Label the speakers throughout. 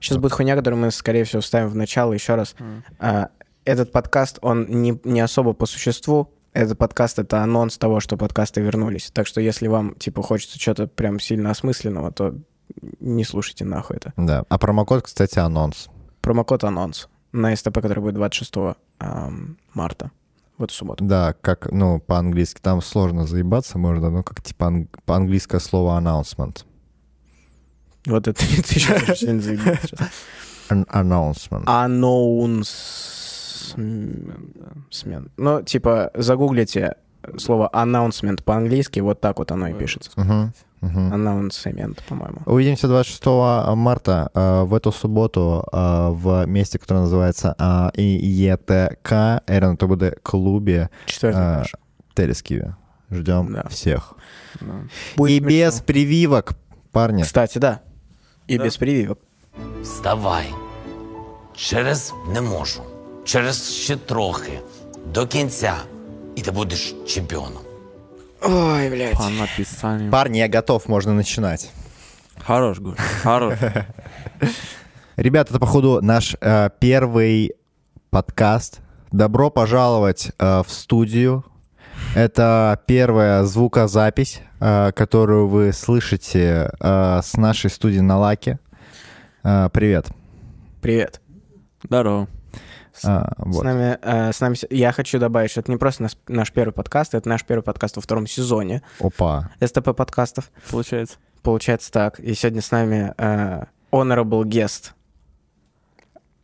Speaker 1: Сейчас будет хуйня, которую мы, скорее всего, вставим в начало еще раз. А, Этот подкаст, он не, не особо по существу. Этот подкаст — это анонс того, что подкасты вернулись. Так что если вам, типа, хочется что-то прям сильно осмысленного, то не слушайте нахуй это.
Speaker 2: Да. А промокод, кстати, анонс.
Speaker 1: Промокод «Анонс» на СТП, который будет 26 ам, марта, в эту субботу.
Speaker 2: Да, как, ну, по-английски. Там сложно заебаться можно, ну, как типа анг- по-английское слово announcement.
Speaker 1: Вот это ты еще можешь что-нибудь заебать сейчас.
Speaker 2: An- announcement.
Speaker 1: Анонсмент. Ну, типа, загуглите слово announcement по-английски, вот так вот оно и пишется.
Speaker 2: Мгм, мгм.
Speaker 1: Announcement, по-моему.
Speaker 2: Увидимся 26 марта э, в эту субботу э, в месте, которое называется э, ИЕТК, РНТБД клубе
Speaker 1: Четвертый
Speaker 2: А,
Speaker 1: этаж.
Speaker 2: Телескиве. Ждем
Speaker 1: Да.
Speaker 2: всех.
Speaker 3: Да.
Speaker 1: Будет
Speaker 2: И
Speaker 1: смешно.
Speaker 2: без прививок, парни.
Speaker 1: Кстати, да. И
Speaker 3: Да.
Speaker 1: без прививок.
Speaker 4: Вставай. Через не можу. Через ще трохи. До кінця. І ти будеш чемпіоном.
Speaker 1: Ой, блядь.
Speaker 3: По написанию.
Speaker 2: Парни, я готов, можно начинать.
Speaker 3: Хорош, Гур, хорош.
Speaker 2: Ребята, это, походу, наш э, первый подкаст. Добро пожаловать э, в студию. Это первая звукозапись, э, которую вы слышите э, с нашей студии на Лаке. Э, привет.
Speaker 1: Привет.
Speaker 3: Здорово.
Speaker 2: А, вот.
Speaker 1: С нами, э, с нами... с- Я хочу добавить, что это не просто нас- наш первый подкаст, это наш первый подкаст во втором сезоне
Speaker 2: Опа.
Speaker 1: СТП подкастов.
Speaker 3: Получается.
Speaker 1: Получается так. И сегодня с нами э, honorable guest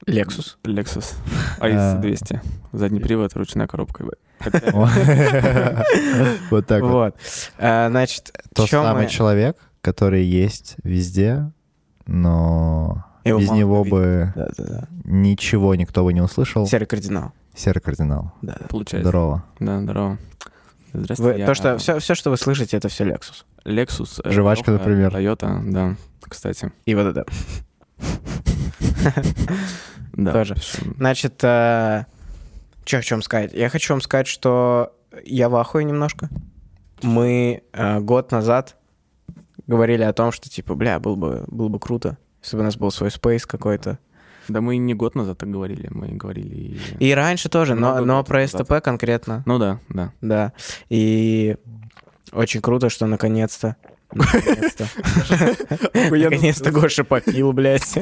Speaker 1: Lexus.
Speaker 3: Lexus
Speaker 2: А.
Speaker 3: AIS 200. Задний привод, ручная коробка. Хотя-
Speaker 2: Вот так вот.
Speaker 1: вот. Э, значит,
Speaker 2: Тот
Speaker 1: чё
Speaker 2: самый
Speaker 1: мы-
Speaker 2: человек, который есть везде, но
Speaker 1: Его
Speaker 2: без
Speaker 1: мало
Speaker 2: него
Speaker 1: кто
Speaker 2: бы
Speaker 1: Да, да,
Speaker 2: ничего никто бы не услышал.
Speaker 1: да. Серый кардинал.
Speaker 2: Серый кардинал.
Speaker 1: Да, да.
Speaker 3: Получается.
Speaker 2: Здорово.
Speaker 3: Да, здорово. Здравствуйте.
Speaker 1: Вы-
Speaker 3: я,
Speaker 1: то, что
Speaker 3: а,
Speaker 1: все, все, что вы слышите, это все Lexus.
Speaker 3: Lexus. э,
Speaker 2: Жвачка,
Speaker 3: Лёха,
Speaker 2: например.
Speaker 3: Toyota, да. Кстати,
Speaker 1: И вот это.
Speaker 3: да.
Speaker 1: Тоже.
Speaker 3: в общем,
Speaker 1: Значит, э, чё хочу вам сказать? Я хочу вам сказать, что я в ахуе немножко. Мы э, год назад говорили о том, что, типа, бля, было бы, было бы круто, если бы у нас был свой спейс какой-то.
Speaker 3: Да мы не год назад так говорили, мы говорили... и-
Speaker 1: И раньше тоже, но,
Speaker 3: Много
Speaker 1: но
Speaker 3: годов
Speaker 1: про
Speaker 3: назад.
Speaker 1: СТП конкретно,
Speaker 3: Ну да, да.
Speaker 1: да. И очень круто, что наконец-то... Наконец-то. Наконец-то Гоша попил, блядь.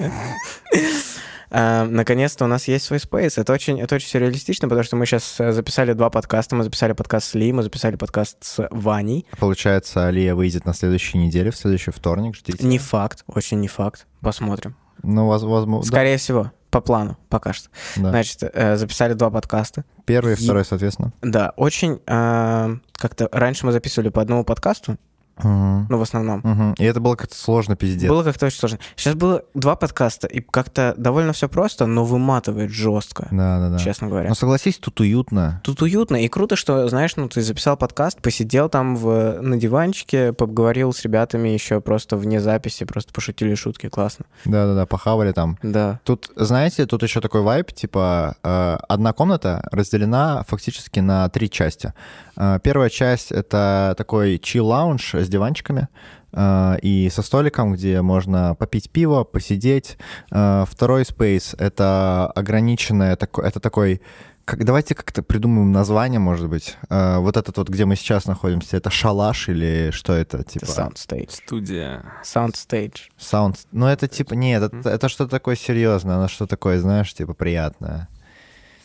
Speaker 1: А, Наконец-то у нас есть свой спейс. Это очень, это очень сюрреалистично, потому что мы сейчас записали два подкаста. Мы записали подкаст с Ли, мы записали подкаст с Ваней.
Speaker 2: Получается, Алия выйдет на следующей неделе, в следующий вторник, ждите.
Speaker 1: Не факт, очень не факт. Посмотрим.
Speaker 2: Ну, воз- возможно, да,
Speaker 1: Скорее всего, по плану пока что.
Speaker 2: да.
Speaker 1: Значит, э, записали два подкаста.
Speaker 2: Первый и
Speaker 1: е-
Speaker 2: второй, соответственно.
Speaker 1: Да, очень э, как-то раньше мы записывали по одному подкасту,
Speaker 2: Мгм.
Speaker 1: ну, в основном.
Speaker 2: Мгм. И это было как-то сложно, пиздец.
Speaker 1: Было как-то очень сложно. Сейчас было два подкаста, и как-то довольно все просто, но выматывает жестко,
Speaker 2: Да, да, да.
Speaker 1: честно говоря.
Speaker 2: Ну, согласись, тут уютно.
Speaker 1: Тут уютно и круто, что, знаешь, ну ты записал подкаст, посидел там в, на диванчике, поговорил с ребятами еще просто вне записи, просто пошутили шутки, классно.
Speaker 2: Да, да, да, похавали там.
Speaker 1: Да.
Speaker 2: Тут, знаете, тут еще такой вайп, типа э, одна комната разделена фактически на три части. Э, первая часть это такой чил-лаунж с диванчиками э, и со столиком, где можно попить пиво, посидеть. Э, второй спейс это ограниченное, тако- это такой как, давайте как-то придумаем название, может быть. Э, вот этот вот, где мы сейчас находимся, это шалаш или что это? Типа
Speaker 1: Это саундстейдж.
Speaker 3: Студия.
Speaker 1: Саундстейдж.
Speaker 2: Саунд. Ну, это типа. Нет, это, это что такое серьезное, оно что такое, знаешь, типа приятное.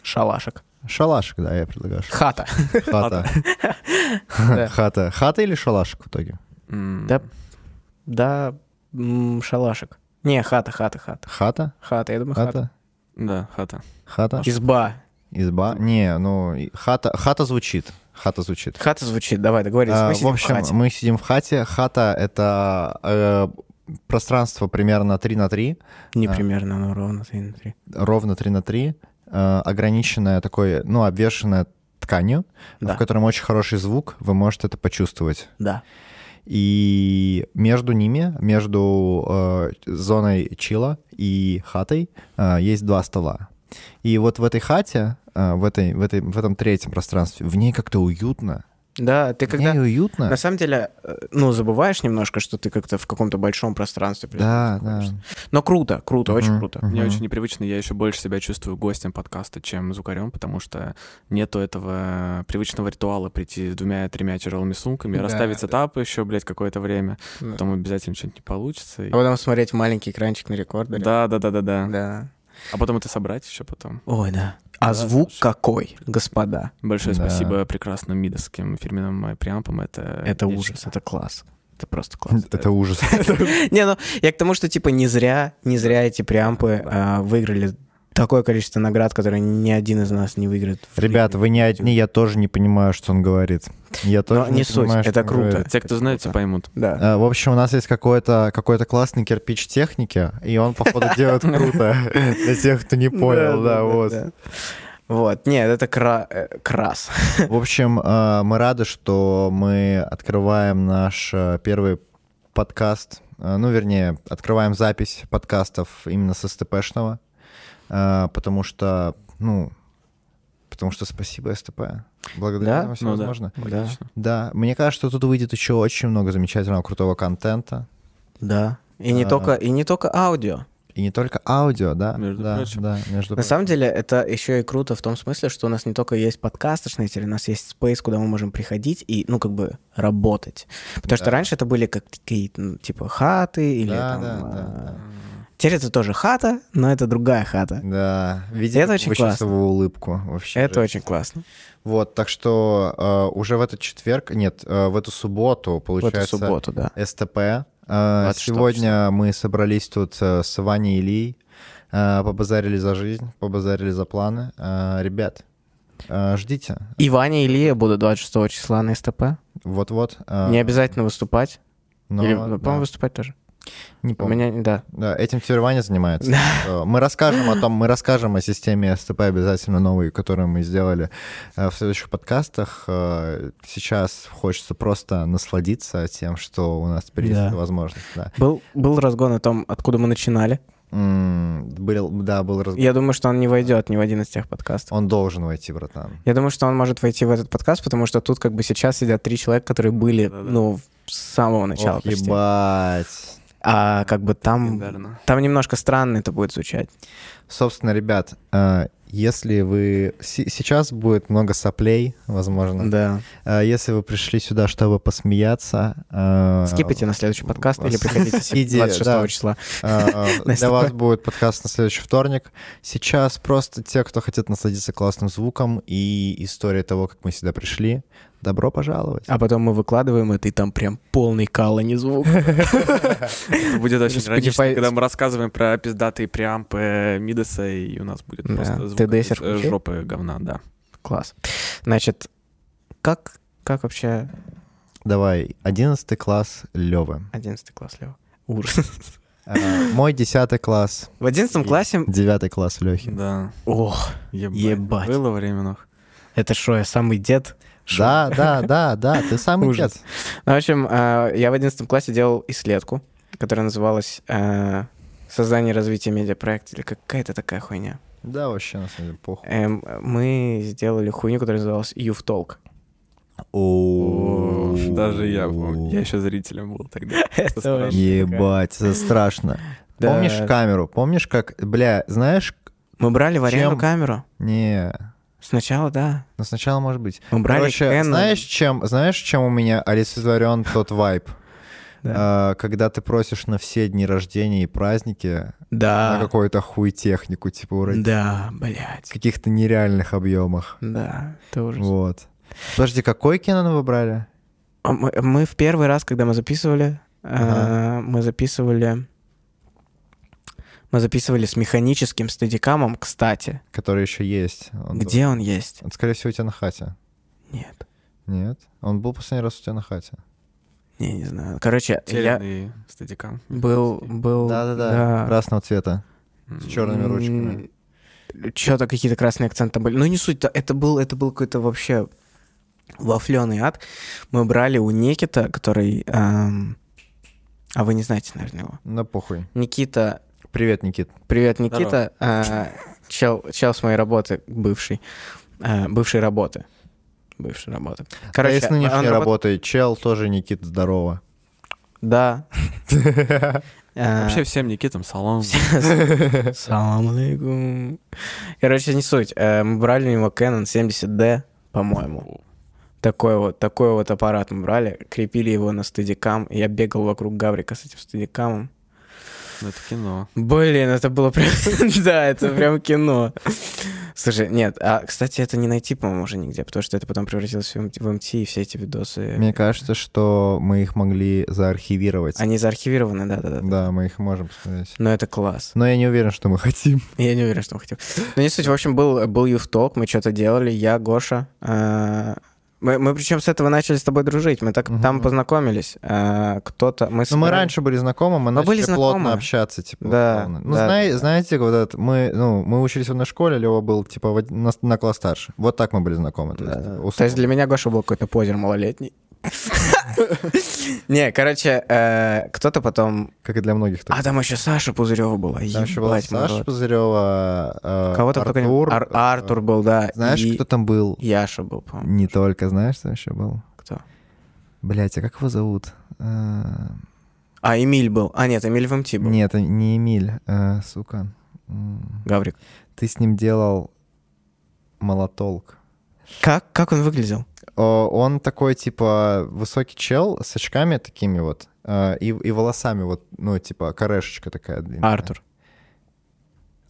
Speaker 1: Шалашек.
Speaker 2: Шалашик, да, я предлагаю. ш-
Speaker 1: Хата.
Speaker 2: Хата.
Speaker 1: Да.
Speaker 2: Хата. Хата или шалашик в итоге?
Speaker 3: М,
Speaker 1: Да. Да, м, шалашек. Не, хата, хата, хата.
Speaker 2: Хата?
Speaker 1: Хата, я думаю, хата.
Speaker 2: Хата?
Speaker 3: Да, хата.
Speaker 2: Хата?
Speaker 1: Изба.
Speaker 2: Изба? Не, ну, и хата, хата звучит. Хата звучит.
Speaker 1: Хата звучит, давай, договорились.
Speaker 2: А,
Speaker 1: Мы
Speaker 2: в
Speaker 1: сидим
Speaker 2: общем,
Speaker 1: хате.
Speaker 2: мы сидим в хате. Хата — это э, пространство примерно 3 на 3.
Speaker 1: Не
Speaker 2: да.
Speaker 1: примерно, но ровно три на три.
Speaker 2: ровно 3 на 3, э, ограниченная такой, ну, обвешенная тканью,
Speaker 1: Да.
Speaker 2: в котором очень хороший звук, вы можете это почувствовать.
Speaker 1: Да.
Speaker 2: И между ними, между э, зоной чила и хатой э, есть два стола. И вот в этой хате, э, в, этой, в, этой, в этом третьем пространстве, в ней как-то уютно,
Speaker 1: Да, ты когда...
Speaker 2: Мне и уютно.
Speaker 1: На самом деле, э, ну, забываешь немножко, что ты как-то в каком-то большом пространстве.
Speaker 2: Да, да.
Speaker 1: находишься. Но круто, круто, очень
Speaker 2: Мгм,
Speaker 1: круто.
Speaker 2: мгм.
Speaker 3: Мне очень непривычно, я еще больше себя чувствую гостем подкаста, чем звукарем, потому что нету этого привычного ритуала прийти с двумя-тремя тяжелыми сумками,
Speaker 2: Да,
Speaker 3: расставить
Speaker 2: да.
Speaker 3: сетап еще, блядь, какое-то время,
Speaker 1: Да.
Speaker 3: потом обязательно что-нибудь не получится. и-
Speaker 1: А потом смотреть маленький экранчик на рекордере.
Speaker 3: Да, да, да, да, да.
Speaker 1: Да.
Speaker 3: А потом это собрать еще потом.
Speaker 1: Ой, да. А
Speaker 3: Да,
Speaker 1: звук
Speaker 3: слушай.
Speaker 1: какой, господа?
Speaker 3: Большое
Speaker 2: Да.
Speaker 3: спасибо прекрасным мидовским фирменным прямпам. Это,
Speaker 1: Это
Speaker 3: нечто.
Speaker 1: ужас, это класс. Это просто класс.
Speaker 2: Это ужас.
Speaker 1: Не, ну, я к тому, что, типа, не зря, не зря эти преампы а, выиграли такое количество наград, которые ни один из нас не выиграет. в
Speaker 2: Ребят,
Speaker 1: жизни.
Speaker 2: вы не одни, я тоже не понимаю, что он говорит. Я тоже
Speaker 1: не
Speaker 2: не
Speaker 1: суть,
Speaker 2: понимаю, что
Speaker 1: это
Speaker 2: он
Speaker 1: круто.
Speaker 2: говорит.
Speaker 3: Те, кто знают, те поймут.
Speaker 1: Да.
Speaker 2: Э, В общем, у нас есть какой-то какой-то классный кирпич техники, и он, походу, делает круто для тех, кто не понял, да, вот.
Speaker 1: Вот, нет, это кра- э, крас.
Speaker 2: В общем, э, мы рады, что мы открываем наш э, первый подкаст, э, ну, вернее, открываем запись подкастов именно с СТПшного, э, потому что, ну, потому что спасибо СТП. Благодаря
Speaker 1: Да?
Speaker 2: вам все
Speaker 3: Ну да.
Speaker 2: возможно.
Speaker 1: Да.
Speaker 3: Логично.
Speaker 2: Да, мне кажется, тут выйдет еще очень много замечательного крутого контента.
Speaker 1: Да. И не
Speaker 2: А.
Speaker 1: только, и не только аудио.
Speaker 2: И не только аудио, да.
Speaker 3: Между
Speaker 2: да,
Speaker 3: прочим.
Speaker 2: да, между
Speaker 1: На
Speaker 2: прочим.
Speaker 1: самом деле, это еще и круто в том смысле, что у нас не только есть подкасточные теперь, у нас есть спейс, куда мы можем приходить и, ну, как бы работать. Потому что
Speaker 2: Да.
Speaker 1: раньше это были как какие-то, ну, типа, хаты или
Speaker 2: Да,
Speaker 1: там...
Speaker 2: да,
Speaker 1: а,
Speaker 2: да,
Speaker 1: Теперь это тоже хата, но это другая хата.
Speaker 2: Да, видите,
Speaker 1: Это
Speaker 2: какую
Speaker 1: очень
Speaker 2: вы
Speaker 1: классно.
Speaker 2: счастливую улыбку вообще.
Speaker 1: Это очень классно.
Speaker 2: Вот, так что э, уже в этот четверг, нет, э, в эту субботу,
Speaker 1: Вот
Speaker 2: получается,
Speaker 1: эту субботу, да.
Speaker 2: СТП. Э,
Speaker 1: 26
Speaker 2: сегодня мы собрались тут э, с Ваней Ильей, э, побазарили за жизнь, побазарили за планы. Э, ребят, э, ждите,
Speaker 1: И Ваня и Илья будут 26 числа на СТП.
Speaker 2: вот-вот. э,
Speaker 1: Не обязательно выступать.
Speaker 2: но,
Speaker 1: Или,
Speaker 2: да,
Speaker 1: ну, по-моему, выступать тоже.
Speaker 2: не
Speaker 1: У
Speaker 2: помню.
Speaker 1: меня, да.
Speaker 2: Да, этим теперь Ваня занимается. Э, Мы расскажем о том, мы расскажем о системе СТП обязательно новой, которую мы сделали э, в следующих подкастах. Э, Сейчас хочется просто насладиться тем, что у нас теперь есть
Speaker 1: Да.
Speaker 2: эта возможность. Да.
Speaker 1: Был, был разгон о том, откуда мы начинали.
Speaker 2: М, Был, да, был разговор.
Speaker 1: Я думаю, что он не войдет ни в один из тех подкастов.
Speaker 2: Он должен войти, братан.
Speaker 1: Я думаю, что он может войти в этот подкаст, потому что тут как бы сейчас сидят три человека, которые были,
Speaker 3: Да-да.
Speaker 1: ну, с самого начала
Speaker 2: Ох,
Speaker 1: почти.
Speaker 2: ебать.
Speaker 1: А как бы там...
Speaker 3: Легендарно.
Speaker 1: Там немножко странно это будет звучать.
Speaker 2: Собственно, ребят, э, если вы... се- Сейчас будет много соплей, возможно.
Speaker 1: Да.
Speaker 2: Э, Если вы пришли сюда, чтобы посмеяться... э,
Speaker 1: Скипайте на следующий подкаст или приходите с-
Speaker 2: Идея,
Speaker 1: 26
Speaker 2: да.
Speaker 1: числа.
Speaker 2: Э,
Speaker 1: Настя,
Speaker 2: Для вас будет подкаст на следующий вторник. Сейчас просто те, кто хотят насладиться классным звуком и историей того, как мы сюда пришли, добро пожаловать.
Speaker 1: А потом мы выкладываем это, и там прям полный калани звук.
Speaker 3: Это будет очень
Speaker 1: Spotify-
Speaker 3: иронично, когда мы рассказываем про пиздатые преампы Мидаса, и у нас будет
Speaker 1: Да.
Speaker 3: просто звук
Speaker 1: TDS
Speaker 3: от, э,
Speaker 1: включил?
Speaker 3: жопы говна, да.
Speaker 1: Класс. Значит, как, как вообще
Speaker 2: Давай, 11 класс Лёвы.
Speaker 1: 11 класс, Лева? Ужас.
Speaker 2: Э, Мой 10 класс,
Speaker 1: В 11 классе...
Speaker 2: 9 класс Лёхи.
Speaker 3: Да.
Speaker 1: Ох,
Speaker 3: Ебать.
Speaker 1: Ебать.
Speaker 3: Было время, нах.
Speaker 1: это что, я самый дед?
Speaker 2: Да, да, да, да, ты самый
Speaker 1: Ужас.
Speaker 2: дед.
Speaker 1: Ну, в общем, э, я в 11 классе делал исследку, которая называлась э, «Создание и развитие медиапроекта» или какая-то такая хуйня.
Speaker 2: Да, вообще, на самом деле, похуй.
Speaker 1: Эм, мы сделали хуйню, которая называлась «Youth Talk».
Speaker 3: О, Даже я помню. Я еще зрителем был тогда.
Speaker 1: Это
Speaker 3: Странно.
Speaker 1: очень
Speaker 2: Ебать, это страшно.
Speaker 1: Да.
Speaker 2: Помнишь камеру? Помнишь, как, бля, знаешь...
Speaker 1: Мы брали в аренду
Speaker 2: Чем?
Speaker 1: камеру.
Speaker 2: Не,
Speaker 1: Сначала, да.
Speaker 2: ну сначала, может быть.
Speaker 1: Мы брали
Speaker 2: Короче,
Speaker 1: Canon.
Speaker 2: знаешь, чем, знаешь, чем у меня олицетворен тот вайб?
Speaker 1: Да.
Speaker 2: А, Когда ты просишь на все дни рождения и праздники на
Speaker 1: Да.
Speaker 2: какую-то хуй технику, типа уроки.
Speaker 1: А. Да,
Speaker 2: В
Speaker 1: блядь.
Speaker 2: каких-то нереальных объемах.
Speaker 1: Да, это ужас.
Speaker 2: Вот. Подожди, какой Canon вы брали?
Speaker 1: А Мы, мы в первый раз, когда мы записывали, э,
Speaker 2: Ага.
Speaker 1: мы записывали... Мы записывали с механическим стадикамом, кстати.
Speaker 2: Который еще есть. Он,
Speaker 1: Где он есть?
Speaker 2: он, скорее всего, у тебя на хате.
Speaker 1: Нет.
Speaker 2: Нет? Он был последний раз у тебя на хате.
Speaker 1: Не, не знаю. Короче, я
Speaker 3: Терянный стадикам.
Speaker 1: был... был
Speaker 2: Да-да-да. Красного цвета.
Speaker 3: М.
Speaker 2: С черными ручками.
Speaker 1: Что-то какие-то красные акценты там были. Ну, не суть-то. Это был, это был какой-то вообще вафленый ад. Мы брали у Никита, который... эм, А вы не знаете, наверное, его.
Speaker 2: На похуй.
Speaker 1: Никита...
Speaker 2: Привет, Никит.
Speaker 1: Привет, Никита. а, чел, чел с моей работы, бывший. а, бывшей работы. бывшей работы.
Speaker 2: Короче, с нынешней
Speaker 1: он работ-
Speaker 2: работой чел тоже Никит здорово.
Speaker 1: Да. Э,
Speaker 3: Вообще всем Никитам салам.
Speaker 1: Салам алейкум. Короче, не суть. Э, Мы брали у него Canon 70D, по-моему. Такой вот, такой вот аппарат мы брали, крепили его на стадикам. Я бегал вокруг Гаврика с этим стадикамом.
Speaker 3: Ну, Это кино.
Speaker 1: Блин, это было прям... Да, это прям кино. Слушай, нет, а, кстати, это не найти, по-моему, уже нигде, потому что это потом превратилось в М- в МТ, и все эти видосы...
Speaker 2: Мне кажется, что мы их могли заархивировать.
Speaker 1: Они заархивированы, да-да-да.
Speaker 2: Да, мы их можем посмотреть.
Speaker 1: Но это класс.
Speaker 2: Но я не уверен, что мы хотим.
Speaker 1: Я не уверен, что он хотел. Но не суть. В общем, был, был Юфток, мы что-то делали, я, Гоша. э, Мы, мы причем с этого начали с тобой дружить. Мы так
Speaker 2: Мгм.
Speaker 1: там познакомились. э, Кто-то... Мы
Speaker 2: Но Ну, мы
Speaker 1: собирали-
Speaker 2: раньше были знакомы, мы
Speaker 1: Мы
Speaker 2: начали
Speaker 1: были
Speaker 2: плотно
Speaker 1: знакомы.
Speaker 2: общаться, типа,
Speaker 1: Да,
Speaker 2: условно. Ну,
Speaker 1: да,
Speaker 2: знай-
Speaker 1: да.
Speaker 2: знаете, вот этот, мы, ну, мы учились в одной школе, Лева был, типа, в од- на, на класс старше. Вот так мы были знакомы. то
Speaker 1: Да,
Speaker 2: есть, типа,
Speaker 1: да. То
Speaker 2: условно.
Speaker 1: есть для меня Гоша был какой-то позер малолетний. Не, короче, э, кто-то потом...
Speaker 2: Как и для многих. так.
Speaker 1: А там еще Саша Пузырева была.
Speaker 2: Там еще была
Speaker 1: А, ебать,
Speaker 2: Саша
Speaker 1: народ.
Speaker 2: Пузырева, э,
Speaker 1: Кого-то кто-то...
Speaker 2: Артур.
Speaker 1: Ар- Артур был, да.
Speaker 2: Знаешь,
Speaker 1: и
Speaker 2: кто там был?
Speaker 1: Яша был, по-моему.
Speaker 2: Не только, знаешь, там еще был?
Speaker 1: Кто?
Speaker 2: Блять, а как его зовут? Э,
Speaker 1: А, Эмиль был. А, нет, Эмиль в МТ был.
Speaker 2: Нет, это не Эмиль, э, сука. М,
Speaker 1: Гаврик.
Speaker 2: Ты с ним делал молотолк.
Speaker 1: Как, как он выглядел?
Speaker 2: О, Он такой, типа, высокий чел с очками такими вот, э, и, и волосами вот, ну, типа, корешечка такая длинная.
Speaker 1: Артур.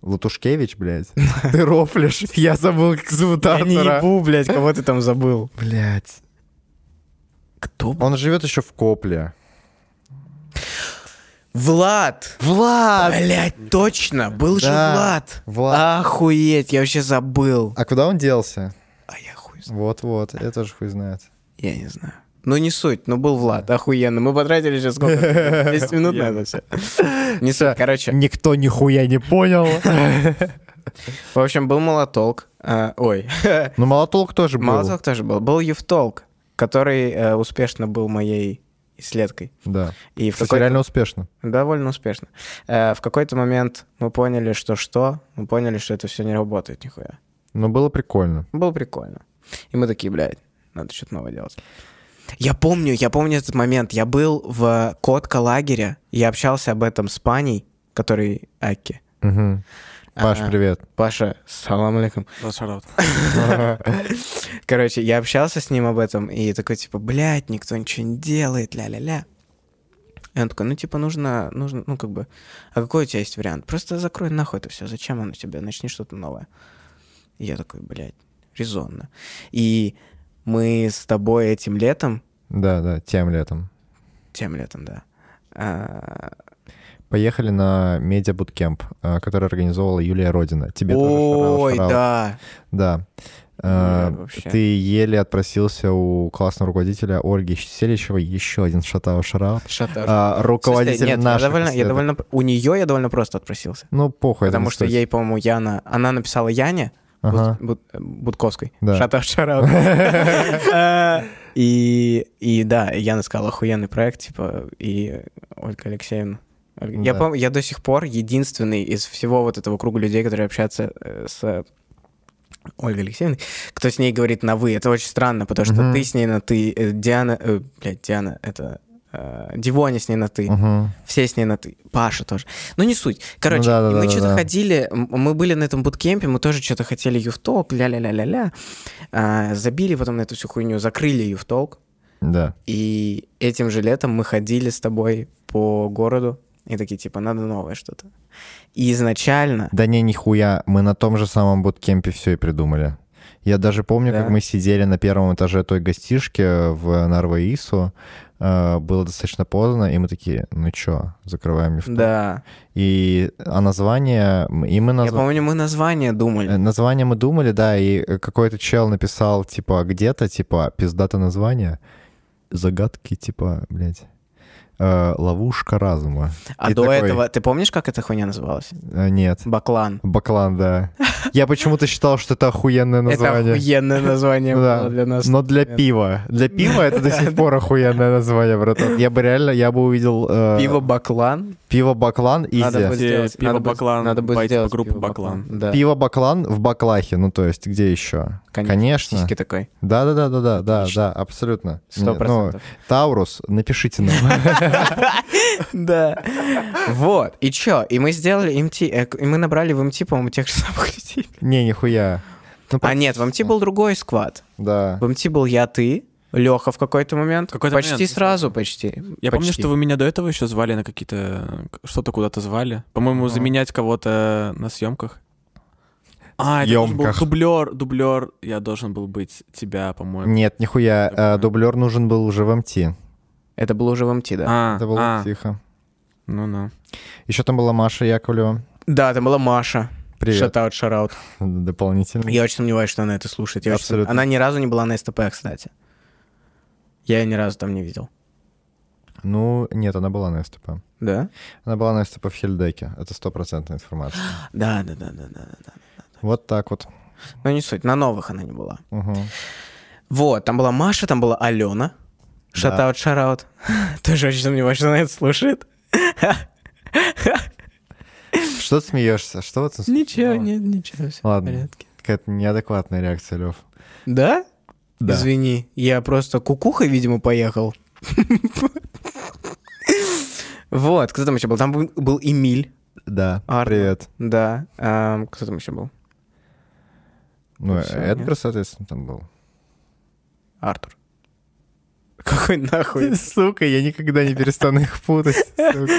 Speaker 2: Латушкевич, блядь. Ты рофлишь. Я забыл, как зовут
Speaker 1: Я не
Speaker 2: Артура.
Speaker 1: ебу, блядь, кого ты там забыл.
Speaker 2: Блядь.
Speaker 1: Кто?
Speaker 2: Он живет еще в Копле.
Speaker 1: Влад!
Speaker 2: Влад!
Speaker 1: Блядь, точно, был же
Speaker 2: Да,
Speaker 1: Влад. А.
Speaker 2: Влад.
Speaker 1: Охуеть, я вообще забыл.
Speaker 2: А куда он делся?
Speaker 1: А я хуй знаю.
Speaker 2: Вот-вот, я тоже хуй знает.
Speaker 1: Я не знаю. Ну не суть, ну был Влад, охуенно. Мы потратили сейчас сколько? 10 минут на это все. Не суть, короче.
Speaker 2: Никто нихуя не понял.
Speaker 1: В общем, был молотолк. А, Ой,
Speaker 2: Ну, молотолк тоже был.
Speaker 1: молотолк тоже был. Был Евтолк, который э, успешно был моей исследкой.
Speaker 2: Да.
Speaker 1: И в
Speaker 2: Кстати,
Speaker 1: какой-то-
Speaker 2: реально успешно.
Speaker 1: Довольно успешно. Э, в какой-то момент мы поняли, что что? Мы поняли, что это все не работает нихуя.
Speaker 2: Но было прикольно.
Speaker 1: Было прикольно. И мы такие, блядь, надо что-то новое делать. Я помню, я помню этот момент. Я был в э, Котка лагере, и я общался об этом с Паней, который Аки.
Speaker 2: Мгм. Паш,
Speaker 1: А,
Speaker 2: привет.
Speaker 1: Паша, салам алейкум.
Speaker 3: Да, шараут.
Speaker 1: Короче, я общался с ним об этом, и такой, типа, блядь, никто ничего не делает, ля-ля-ля. И он такой, ну, типа, нужно, нужно, ну, как бы, а какой у тебя есть вариант? Просто закрой нахуй это все, зачем оно тебе, начни что-то новое. И я такой, блядь, резонно. И мы с тобой этим летом,
Speaker 2: Да, да, тем летом.
Speaker 1: тем летом, да, а,
Speaker 2: Поехали на медиа-буткемп, э, который организовала Юлия Родина. Тебе тоже
Speaker 1: Ой,
Speaker 2: шарау, шарау.
Speaker 1: да.
Speaker 2: Да. Э,
Speaker 1: Да, вообще.
Speaker 2: Ты еле отпросился у классного руководителя Ольги Селищевой. Еще один шатау шарау.
Speaker 1: Шатаж.
Speaker 2: А, руководитель
Speaker 1: Э, Слушайте, нет, я
Speaker 2: наших
Speaker 1: довольно, я
Speaker 2: исследов-
Speaker 1: довольно, у нее я довольно просто отпросился.
Speaker 2: Ну, похуй. это
Speaker 1: Потому
Speaker 2: не
Speaker 1: что
Speaker 2: стоит.
Speaker 1: ей, по-моему, Яна, она написала Яне,
Speaker 2: Ага.
Speaker 1: Буд- Буд- э, Будковской.
Speaker 2: Да.
Speaker 1: Shout out, shout out. Э, И, и да, Яна сказала, охуенный проект, типа, и Ольга Алексеевна. Ольга- Я,
Speaker 2: Да.
Speaker 1: пом- я до сих пор единственный из всего вот этого круга людей, которые общаются э, с э, Ольгой Алексеевной, кто с ней говорит на «вы». Это очень странно, потому что
Speaker 2: Мгм.
Speaker 1: ты с ней на «ты», э, Диана, э, блядь, Диана, это... э, Дивоня с ней на «ты».
Speaker 2: Мгм.
Speaker 1: Все с ней на ты. Паша тоже. Ну, не суть. Короче,
Speaker 2: да, да,
Speaker 1: и мы
Speaker 2: да,
Speaker 1: что-то
Speaker 2: да.
Speaker 1: ходили, м- мы были на этом буткемпе, мы тоже что-то хотели юфтолк, ля-ля-ля-ля-ля. А, забили потом на эту всю хуйню, закрыли юфтолк.
Speaker 2: Да.
Speaker 1: И этим же летом мы ходили с тобой по городу и такие, типа, надо новое что-то. И изначально...
Speaker 2: Да не, нихуя, мы на том же самом буткемпе все и придумали. Я даже помню, как
Speaker 1: Да?
Speaker 2: мы сидели на первом этаже той гостишки э, в Нарваису. Э, Было достаточно поздно, и мы такие, ну чё, закрываем лифт.
Speaker 1: Да.
Speaker 2: И а название... м, И мы
Speaker 1: Я
Speaker 2: назва-
Speaker 1: помню, мы название
Speaker 2: э,
Speaker 1: думали.
Speaker 2: Название мы думали, да, и э, какой-то чел написал, типа, где-то, типа, пиздато название, загадки, типа, блядь, э, ловушка разума.
Speaker 1: А
Speaker 2: И
Speaker 1: до
Speaker 2: такой,
Speaker 1: этого... Ты помнишь, как эта хуйня называлась?
Speaker 2: э, Нет.
Speaker 1: Баклан.
Speaker 2: Баклан, да. Я почему-то считал, что это охуенное
Speaker 1: Это
Speaker 2: название.
Speaker 1: охуенное название
Speaker 2: Ну Да,
Speaker 1: было для нас.
Speaker 2: Но для
Speaker 1: Нет.
Speaker 2: пива. Для пива это до сих пор охуенное название, братан. Я бы реально, я бы увидел э,
Speaker 1: Пиво Баклан.
Speaker 2: пиво Баклан
Speaker 1: Надо будет
Speaker 2: изи.
Speaker 3: Э,
Speaker 1: сделать.
Speaker 3: пиво
Speaker 1: надо будет-
Speaker 3: Баклан,
Speaker 1: Надо будет
Speaker 3: байтик
Speaker 1: сделать
Speaker 3: группы
Speaker 1: пиво
Speaker 3: Баклан.
Speaker 1: Да.
Speaker 2: Пиво Баклан в Баклахе, ну то есть где еще?
Speaker 1: Конечно.
Speaker 2: Конечно.
Speaker 1: Сиськи такой.
Speaker 2: Да, да, да, да, да, да, да, абсолютно.
Speaker 1: Сто
Speaker 2: Не,
Speaker 1: процентов.
Speaker 2: ну, Таурус, напишите нам.
Speaker 1: Да. Вот. И чё? И мы сделали МТ, э, и мы набрали в МТ, по-моему, тех же самых людей.
Speaker 2: Не, нихуя. Ну,
Speaker 1: А нет, в МТ был другой склад.
Speaker 2: Да.
Speaker 1: В МТ был я, ты, Леха в какой-то момент.
Speaker 3: Какой-то
Speaker 1: почти
Speaker 3: момент, не
Speaker 1: сразу, почти.
Speaker 3: Я помню,
Speaker 1: Почти.
Speaker 3: что вы меня до этого еще звали на какие-то... Что-то куда-то звали. По-моему, заменять кого-то на съемках. А, это должен был
Speaker 2: Съемках.
Speaker 3: дублер, дублер. Я должен был быть тебя, по-моему.
Speaker 2: Нет, нихуя. э,
Speaker 3: Такое.
Speaker 2: Дублер нужен был уже в МТ.
Speaker 1: Это было уже в МТ, да.
Speaker 3: А,
Speaker 2: Это было типа.
Speaker 3: а,
Speaker 2: тихо.
Speaker 3: ну-ну.
Speaker 2: Еще там была Маша Яковлева.
Speaker 1: Да, там была Маша.
Speaker 2: Привет.
Speaker 1: Шатаут, шараут.
Speaker 2: Дополнительно.
Speaker 1: Я очень сомневаюсь, что она это слушает. Я очень сом-
Speaker 2: Абсолютно.
Speaker 1: Она ни разу не была на СТП, кстати. Я ее ни разу там не видел.
Speaker 2: Ну, нет, она была на СТП.
Speaker 1: Да?
Speaker 2: Она была на СТП в Хельдеке. Это стопроцентная информация.
Speaker 1: Да, да, да, да, да, да, да.
Speaker 2: Вот так вот.
Speaker 1: Но Ну, не суть. На новых она не была.
Speaker 2: Мгм.
Speaker 1: Вот, там была Маша, там была Алена. Шатаут, шараут. Тоже очень сомневаюсь, что она это слушает.
Speaker 2: Что ты смеешься? Что вот тут
Speaker 1: Ничего,
Speaker 2: смешного?
Speaker 1: нет, ничего, все
Speaker 2: Ладно.
Speaker 1: в порядке.
Speaker 2: Какая-то неадекватная реакция, Лев.
Speaker 1: Да?
Speaker 2: Да.
Speaker 1: Извини, я просто кукухой, видимо, поехал. Вот, кто там еще был? Там был- был Эмиль,
Speaker 2: Да.
Speaker 1: Арно.
Speaker 2: Привет.
Speaker 1: да. Эм, Кто там еще был?
Speaker 2: Ну,
Speaker 1: всё,
Speaker 2: Эдгар,
Speaker 1: нет?
Speaker 2: соответственно, там был.
Speaker 1: Артур. Какой нахуй?
Speaker 2: Сука, я никогда не перестану их путать. сука.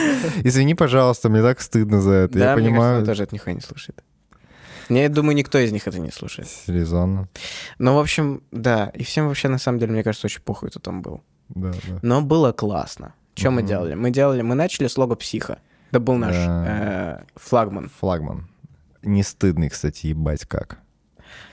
Speaker 2: Извини, пожалуйста, мне так стыдно за это.
Speaker 1: Да,
Speaker 2: я
Speaker 1: мне кажется,
Speaker 2: понимаю.
Speaker 1: он тоже это нихуя не слушает. Я думаю, никто из них это не слушает.
Speaker 2: Резонно.
Speaker 1: Ну, в общем, да. И всем вообще, на самом деле, мне кажется, очень похуй, кто там был.
Speaker 2: Да, да.
Speaker 1: Но было классно. Что мы делали? Мы делали, мы начали с лого психа. Это был наш
Speaker 2: Да.
Speaker 1: э, флагман.
Speaker 2: Флагман. Не стыдный, кстати, ебать как.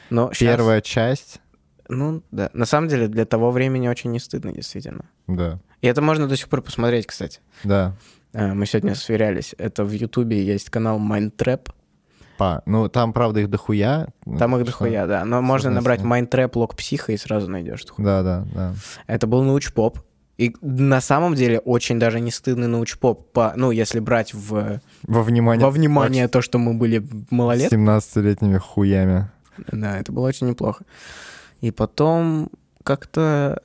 Speaker 1: Но щас-
Speaker 2: Первая часть.
Speaker 1: Ну, да. На самом деле, для того времени очень не стыдно, действительно.
Speaker 2: Да.
Speaker 1: И это можно до сих пор посмотреть, кстати.
Speaker 2: Да.
Speaker 1: Э, Мы сегодня сверялись. Это в Ютубе есть канал Mindtrap.
Speaker 2: Па. Ну, там, правда, их дохуя.
Speaker 1: Там их
Speaker 2: Что-
Speaker 1: дохуя, да. Но можно
Speaker 2: Согласен.
Speaker 1: набрать Mindtrap, лог психа и сразу найдешь. эту хуйню.
Speaker 2: Да, да, да.
Speaker 1: Это был научпоп. И на самом деле очень даже не стыдный научпоп. По, ну, если брать в,
Speaker 2: Во внимание.
Speaker 1: во внимание то, что мы были малолет.
Speaker 2: 17-летними хуями.
Speaker 1: Да, это было очень неплохо. И потом как-то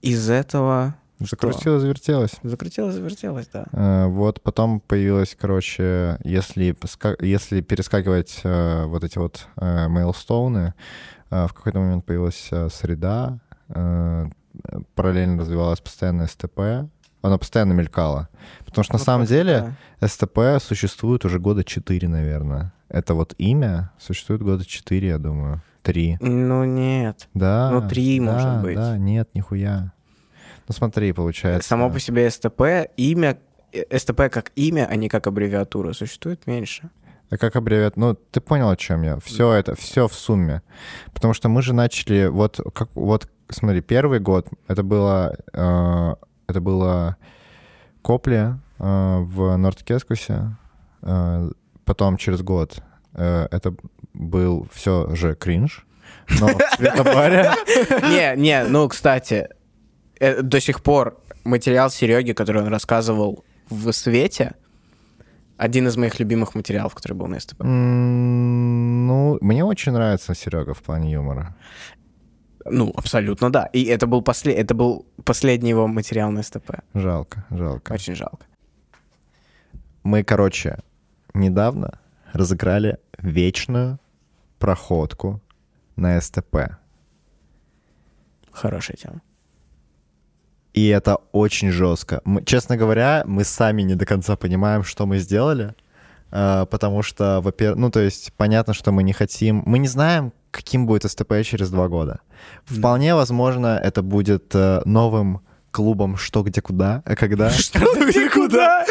Speaker 1: из этого
Speaker 2: Закрутилось, завертелось.
Speaker 1: закрутилось, завертелось, да.
Speaker 2: Э, Вот, потом появилось, короче, если, поска- если перескакивать э, вот эти вот э, мейлстоуны, э, в какой-то момент появилась э, среда, э, параллельно развивалась постоянно СТП, она постоянно мелькала. Потому что на
Speaker 1: Ну,
Speaker 2: самом
Speaker 1: просто,
Speaker 2: деле СТП существует уже года 4, наверное. Это вот имя существует года 4, я думаю. Три.
Speaker 1: да. Ну нет.
Speaker 2: Да.
Speaker 1: Ну, три,
Speaker 2: да,
Speaker 1: может быть.
Speaker 2: Да, нет, нихуя. Ну смотри, получается.
Speaker 1: Само по себе СТП, имя, э, СТП как имя, а не как аббревиатура, существует меньше.
Speaker 2: А как аббревиат? Ну, ты понял, о чем я. Все это, все в сумме. Потому что мы же начали, вот, как, вот, смотри, первый год, это было, э, это было Копли э, в Норд-Кескусе, Э, потом через год э, это был все же кринж, но в Светобаре.
Speaker 1: Не, не, ну, кстати, э, до сих пор материал Сереги, который он рассказывал в «Свете», один из моих любимых материалов, который был на СТП.
Speaker 2: М, Ну, мне очень нравится Серега в плане юмора.
Speaker 1: Ну, абсолютно, да. И это был, после... это был последний его материал на СТП.
Speaker 2: Жалко, жалко.
Speaker 1: Очень жалко.
Speaker 2: Мы, короче, недавно разыграли вечную проходку на СТП.
Speaker 1: Хорошая тема.
Speaker 2: И это очень жестко. Мы- честно говоря, мы сами не до конца понимаем, что мы сделали. э, потому что, во-первых, ну, то есть, понятно, что мы не хотим. Мы не знаем, каким будет СТП через два года. Вполне возможно, это будет э, новым клубом «Что, где, куда», э, когда...
Speaker 1: Ты куда?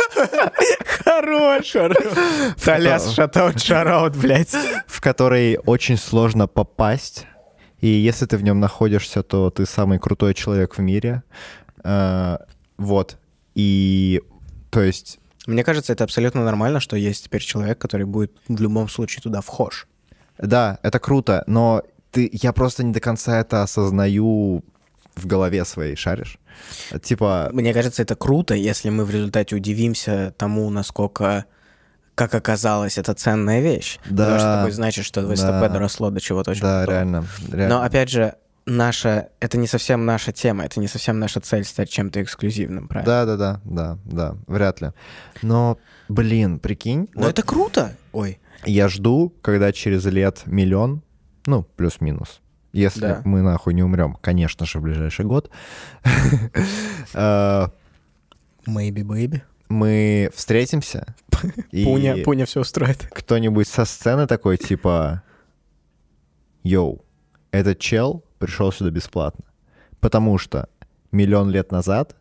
Speaker 1: Хорош, Типа. хорош. Толяс, шатаут, шараут, блядь.
Speaker 2: в который очень сложно попасть. И если ты в нем находишься, то ты самый крутой человек в мире. Э, Вот. И то есть,
Speaker 1: Мне кажется, это абсолютно нормально, что есть теперь человек, который будет в любом случае туда вхож.
Speaker 2: Да, это круто, но ты, я просто не до конца это осознаю в голове своей, шаришь? Типа,
Speaker 1: Мне кажется, это круто, если мы в результате удивимся тому, насколько, как оказалось, это ценная вещь. Потому что
Speaker 2: Да.
Speaker 1: такое значит, что ВСТП
Speaker 2: Да.
Speaker 1: доросло до чего-то очень
Speaker 2: да,
Speaker 1: крутого.
Speaker 2: реально,
Speaker 1: Но,
Speaker 2: реально.
Speaker 1: опять же, наша, это не совсем наша тема, это не совсем наша цель стать чем-то эксклюзивным, правильно?
Speaker 2: Да, да, да, да, да, вряд ли. Но, блин, прикинь,
Speaker 1: Но
Speaker 2: вот
Speaker 1: это круто! Ой,
Speaker 2: я жду, когда через лет миллион, ну, плюс-минус, если
Speaker 1: Да.
Speaker 2: мы нахуй не умрем, конечно же, в ближайший год, э,
Speaker 1: maybe baby.
Speaker 2: мы встретимся. и-
Speaker 1: Пуня, Пуня все устроит.
Speaker 2: кто-нибудь со сцены такой, типа, йоу, этот чел пришел сюда бесплатно. Потому что миллион лет назад,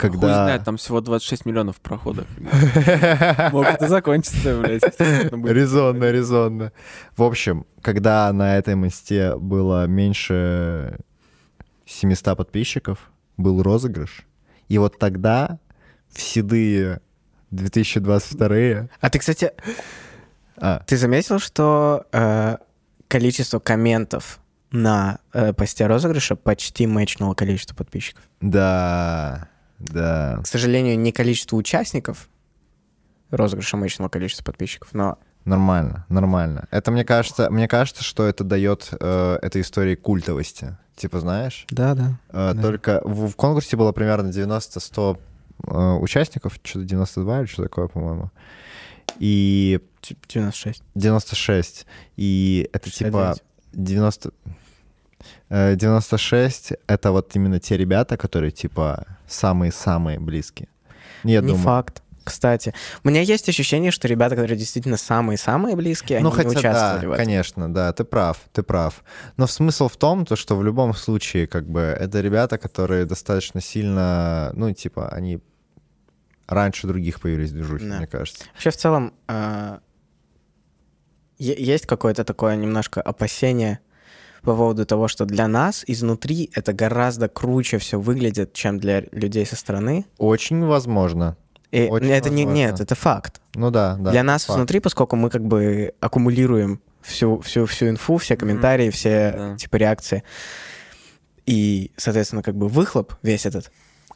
Speaker 3: Хуй
Speaker 2: когда...
Speaker 3: знает, там всего 26 миллионов проходов. Могут и закончиться, блядь. естественно, будет.
Speaker 2: Резонно, резонно. В общем, когда на этой мосте было меньше 700 подписчиков, был розыгрыш. И вот тогда, в седые 2022
Speaker 1: А ты, кстати,
Speaker 2: а,
Speaker 1: ты заметил, что э, количество комментов на э, посте розыгрыша почти мэчнуло количество подписчиков?
Speaker 2: да, да.
Speaker 1: К сожалению, не количество участников розыгрыша мощного количества подписчиков, но
Speaker 2: Нормально, нормально. Это мне кажется, мне кажется, что это дает э, этой истории культовости. Типа, знаешь,
Speaker 1: да, да.
Speaker 2: э,
Speaker 1: Да.
Speaker 2: только в, в конкурсе было примерно 90-100 э, участников, что-то 92 или что такое, по-моему. И
Speaker 1: 96.
Speaker 2: 96. И это типа
Speaker 1: 69.
Speaker 2: 90... э, 96 это вот именно те ребята, которые типа самые-самые близкие. Я
Speaker 1: не
Speaker 2: думаю.
Speaker 1: факт. Кстати, у меня есть ощущение, что ребята, которые действительно самые-самые близкие,
Speaker 2: ну,
Speaker 1: они
Speaker 2: хотя
Speaker 1: не участвовали
Speaker 2: да,
Speaker 1: в этом.
Speaker 2: конечно, да, ты прав, ты прав. Но смысл в том, то, что в любом случае, как бы, это ребята, которые достаточно сильно, ну, типа, они раньше других появились в движухе,
Speaker 1: Да.
Speaker 2: мне кажется.
Speaker 1: Вообще, в целом, а, е- есть какое-то такое немножко опасение по поводу того, что для нас изнутри это гораздо круче все выглядит, чем для людей со стороны.
Speaker 2: Очень возможно.
Speaker 1: И
Speaker 2: Очень
Speaker 1: это не,
Speaker 2: возможно.
Speaker 1: нет, это факт.
Speaker 2: Ну да, да.
Speaker 1: для нас
Speaker 2: факт.
Speaker 1: внутри, поскольку мы как бы аккумулируем всю, всю, всю инфу, все комментарии, все
Speaker 3: Да.
Speaker 1: типа реакции. И, соответственно, как бы выхлоп весь этот,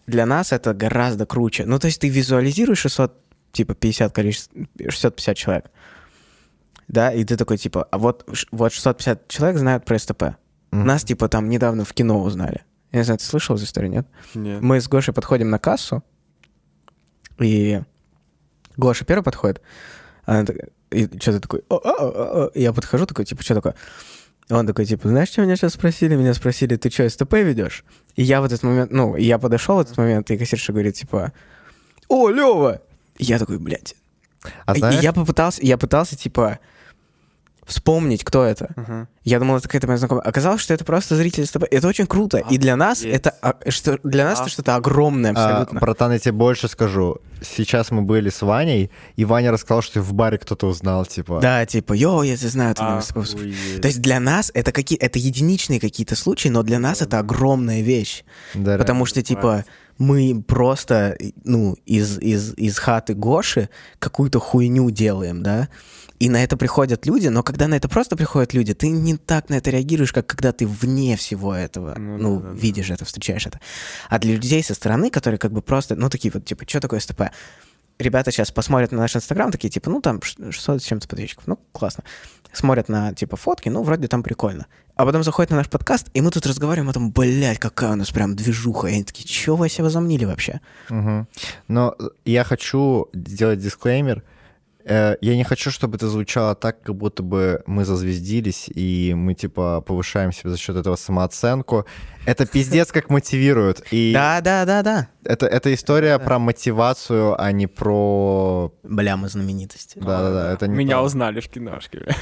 Speaker 1: для нас это гораздо круче. Ну, то есть ты визуализируешь 600, типа 50 количество, 650 человек. Да, и ты такой, типа, а вот, ш- вот 650 человек знают про СТП.
Speaker 2: Мгм.
Speaker 1: Нас, типа, там недавно в кино узнали. Я не знаю, ты слышал эту историю, нет?
Speaker 3: Нет.
Speaker 1: мы с Гошей подходим на кассу, и Гоша первый подходит, а она так- и что-то такой, «О, о, о, о». И я подхожу, такой, типа, что такое? Он такой, типа, знаешь, что меня сейчас спросили? Меня спросили, ты что, СТП ведешь? И я в этот момент, ну, я подошел в этот момент, и кассирша говорит, типа, о, Лева! И я такой, блядь.
Speaker 2: А
Speaker 1: И-
Speaker 2: знаешь,
Speaker 1: И я попытался, я пытался, типа, вспомнить, кто это.
Speaker 3: Ага.
Speaker 1: Я думал, это какая-то моя знакомая. Оказалось, что это просто зрители СТП. Это очень круто. И для нас
Speaker 3: Офигеть.
Speaker 1: это а, что для нас это что-то огромное
Speaker 2: а,
Speaker 1: абсолютно.
Speaker 2: братан, я тебе больше скажу. Сейчас мы были с Ваней, и Ваня рассказал, что в баре кто-то узнал, типа.
Speaker 1: Да, типа, йоу, я тебя знаю, ты меня выступал».
Speaker 3: Охуеть.
Speaker 1: То есть для нас это какие это единичные какие-то случаи, но для нас это огромная вещь.
Speaker 2: Да,
Speaker 1: Потому что, типа, мы просто, ну, из, из, из хаты Гоши какую-то хуйню делаем, да? И на это приходят люди, но когда на это просто приходят люди, ты не так на это реагируешь, как когда ты вне всего этого, ну,
Speaker 3: Ну да, да, да.
Speaker 1: видишь это, встречаешь это. А для людей со стороны, которые как бы просто, ну, такие вот, типа, что такое СТП? Ребята сейчас посмотрят на наш Инстаграм, такие, типа, ну, там ш- 600 с чем-то подписчиков, ну, классно. Смотрят на, типа, фотки, ну, вроде там прикольно. А потом заходят на наш подкаст, и мы тут разговариваем о том, блядь, какая у нас прям движуха. И они такие, чё вы себя возомнили вообще?
Speaker 2: Мгм. Но э, я хочу сделать дисклеймер. Э, Я не хочу, чтобы это звучало так, как будто бы мы зазвездились, и мы, типа, повышаем себе за счет этого самооценку. Это пиздец как мотивирует. И
Speaker 1: Да-да-да-да.
Speaker 2: это, это история про мотивацию, а не про...
Speaker 1: Бля, мы знаменитости.
Speaker 2: Да-да-да, это не
Speaker 3: Меня
Speaker 2: про-
Speaker 3: узнали в киношке. бля.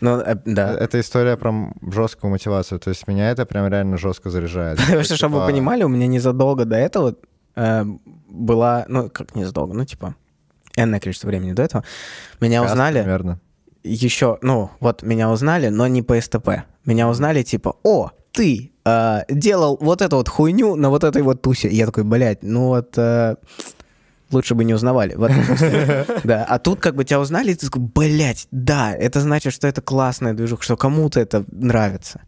Speaker 1: Ну, э, да.
Speaker 2: Это история про м- жесткую мотивацию. То есть меня это прям реально жестко заряжает.
Speaker 1: Потому что, чтобы вы
Speaker 2: Типа,
Speaker 1: понимали, у меня незадолго до этого э, была, ну, как незадолго, ну, типа, энное количество времени до этого, меня
Speaker 2: час
Speaker 1: узнали
Speaker 2: Примерно.
Speaker 1: еще, ну, вот меня узнали, но не по СТП. Меня узнали типа, о, ты э, делал вот эту вот хуйню на вот этой вот тусе. И я такой, блядь, ну вот... э, лучше бы не узнавали. в этом смысле. Да, а тут как бы тебя узнали, и ты такой, блядь, да, это значит, что это классная движуха, что кому-то это нравится.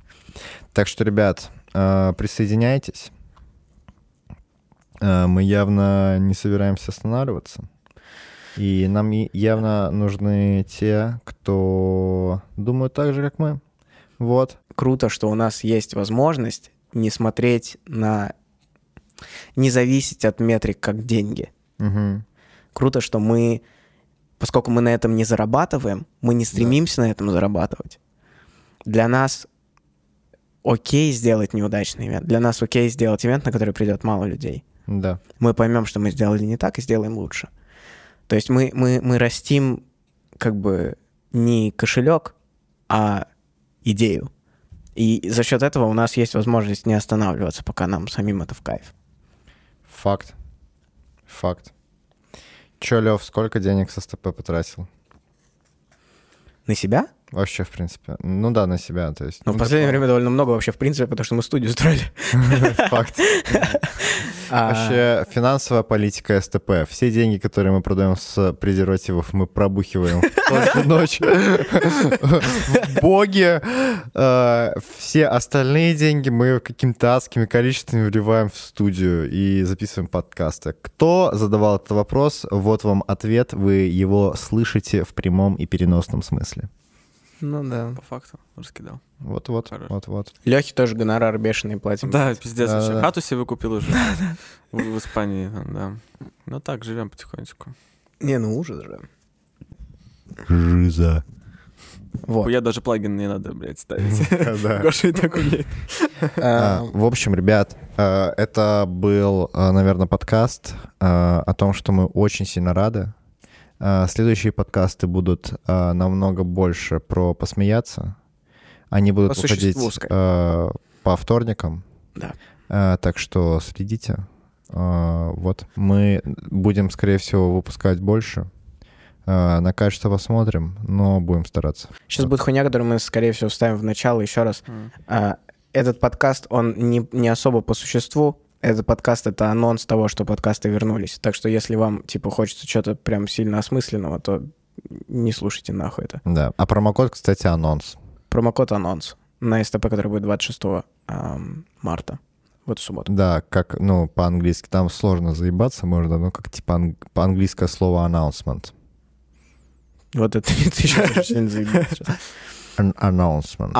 Speaker 2: Так что, ребят, э, присоединяйтесь. Э, Мы явно не собираемся останавливаться. И нам и- явно нужны те, кто думают так же, как мы. Вот.
Speaker 1: Круто, что у нас есть возможность не смотреть на... не зависеть от метрик как деньги.
Speaker 2: Мгм.
Speaker 1: Круто, что мы, поскольку мы на этом не зарабатываем, мы не стремимся на этом зарабатывать. Для нас окей сделать неудачный ивент. Для нас окей сделать ивент, на который придет мало людей.
Speaker 2: Да.
Speaker 1: Мы поймем, что мы сделали не так, и сделаем лучше. То есть мы, мы, мы растим как бы не кошелек, а идею. И за счет этого у нас есть возможность не останавливаться, пока нам самим это в кайф.
Speaker 2: Факт. Факт. Чё, Лев, сколько денег с СТП потратил?
Speaker 1: На себя?
Speaker 2: Вообще, в принципе. Ну да, на себя, то есть.
Speaker 1: Ну, в последнее время довольно много вообще, в принципе, потому что мы студию строили.
Speaker 2: Факт.
Speaker 1: А,
Speaker 2: Вообще, финансовая политика СТП. Все деньги, которые мы продаем с презервативов, мы пробухиваем в тот же ночь. В боге. Э, Все остальные деньги мы какими-то адскими количествами вливаем в студию и записываем подкасты. Кто задавал этот вопрос, вот вам ответ. Вы его слышите в прямом и переносном смысле.
Speaker 1: Ну да.
Speaker 3: По факту раскидал.
Speaker 2: Вот-вот,
Speaker 3: Хорош.
Speaker 2: вот-вот.
Speaker 1: Лехе тоже гонорар бешеный платим.
Speaker 3: Да, пиздец
Speaker 2: Да, да,
Speaker 3: вообще.
Speaker 2: да.
Speaker 3: Хату себе купил уже. В в Испании, да. Ну так, живем потихонечку.
Speaker 1: Не, ну ужас же.
Speaker 2: Жиза.
Speaker 1: Вот.
Speaker 3: Я даже плагин не надо, блядь, ставить.
Speaker 2: Да.
Speaker 3: Гоша и так умеет.
Speaker 1: А,
Speaker 2: А, В общем, ребят, э, это был, наверное, подкаст э, о том, что мы очень сильно рады. Э, Следующие подкасты будут э, намного больше про посмеяться. Они будут
Speaker 1: По существу,
Speaker 2: выходить
Speaker 1: скорее.
Speaker 2: э, по вторникам.
Speaker 1: Да.
Speaker 2: Э, Так что следите. Э, Вот мы будем, скорее всего, выпускать больше. Э, На качество посмотрим, но будем стараться.
Speaker 1: Сейчас будет хуйня, которую мы, скорее всего, вставим в начало еще раз. А, этот подкаст, он не, не особо по существу. Этот подкаст — это анонс того, что подкасты вернулись. Так что если вам, типа, хочется что-то прям сильно осмысленного, то не слушайте нахуй это.
Speaker 2: Да. А промокод, кстати, анонс.
Speaker 1: Промокод «Анонс» на СТП, который будет 26 ам, марта, в эту субботу.
Speaker 2: Да, как, ну, по-английски. Там сложно заебаться можно, ну, как типа анг- по-английское слово announcement.
Speaker 1: Вот это ты еще очень сильно заебал сейчас.
Speaker 2: An- announcement.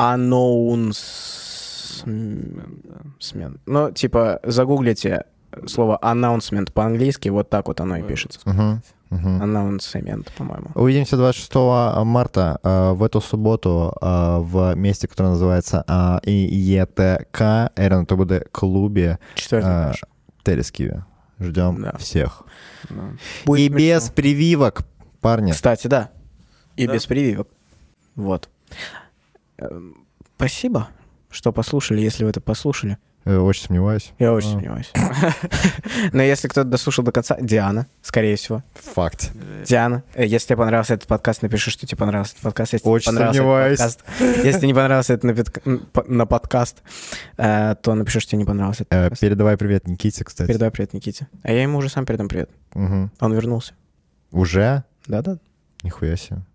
Speaker 1: Announcement. Ну, типа, загуглите слово announcement по-английски, вот так вот оно и пишется.
Speaker 2: Мгм, мгм.
Speaker 1: Announcement, по-моему.
Speaker 2: Увидимся 26 марта э, в эту субботу э, в месте, которое называется э, ИЕТК, РНТБД клубе
Speaker 1: Четвертый
Speaker 2: А,
Speaker 1: этаж.
Speaker 2: Терескиве. Ждем
Speaker 1: Да.
Speaker 2: всех.
Speaker 3: Да.
Speaker 1: Будет
Speaker 2: И
Speaker 1: смешно.
Speaker 2: без прививок, парни.
Speaker 1: Кстати, да. И
Speaker 3: Да.
Speaker 1: без прививок. Вот. Эм, Спасибо, что послушали, если вы это послушали.
Speaker 2: Э, Очень сомневаюсь.
Speaker 1: Я очень
Speaker 2: А.
Speaker 1: сомневаюсь. Но если кто-то дослушал до конца, Диана, скорее всего.
Speaker 2: Факт.
Speaker 1: Диана, э, если тебе понравился этот подкаст, напиши, что тебе понравился этот подкаст. Если тебе
Speaker 2: Очень
Speaker 1: понравился
Speaker 2: сомневаюсь.
Speaker 1: этот подкаст- Если не понравился это на, пидк- м, по- на подкаст, э, то напиши, что тебе не понравился этот
Speaker 2: Э,
Speaker 1: подкаст.
Speaker 2: Передавай привет Никите, кстати.
Speaker 1: Передавай привет Никите. А я ему уже сам передам привет.
Speaker 2: Мгм.
Speaker 1: Он вернулся.
Speaker 2: Уже?
Speaker 1: Да-да.
Speaker 2: Нихуя себе.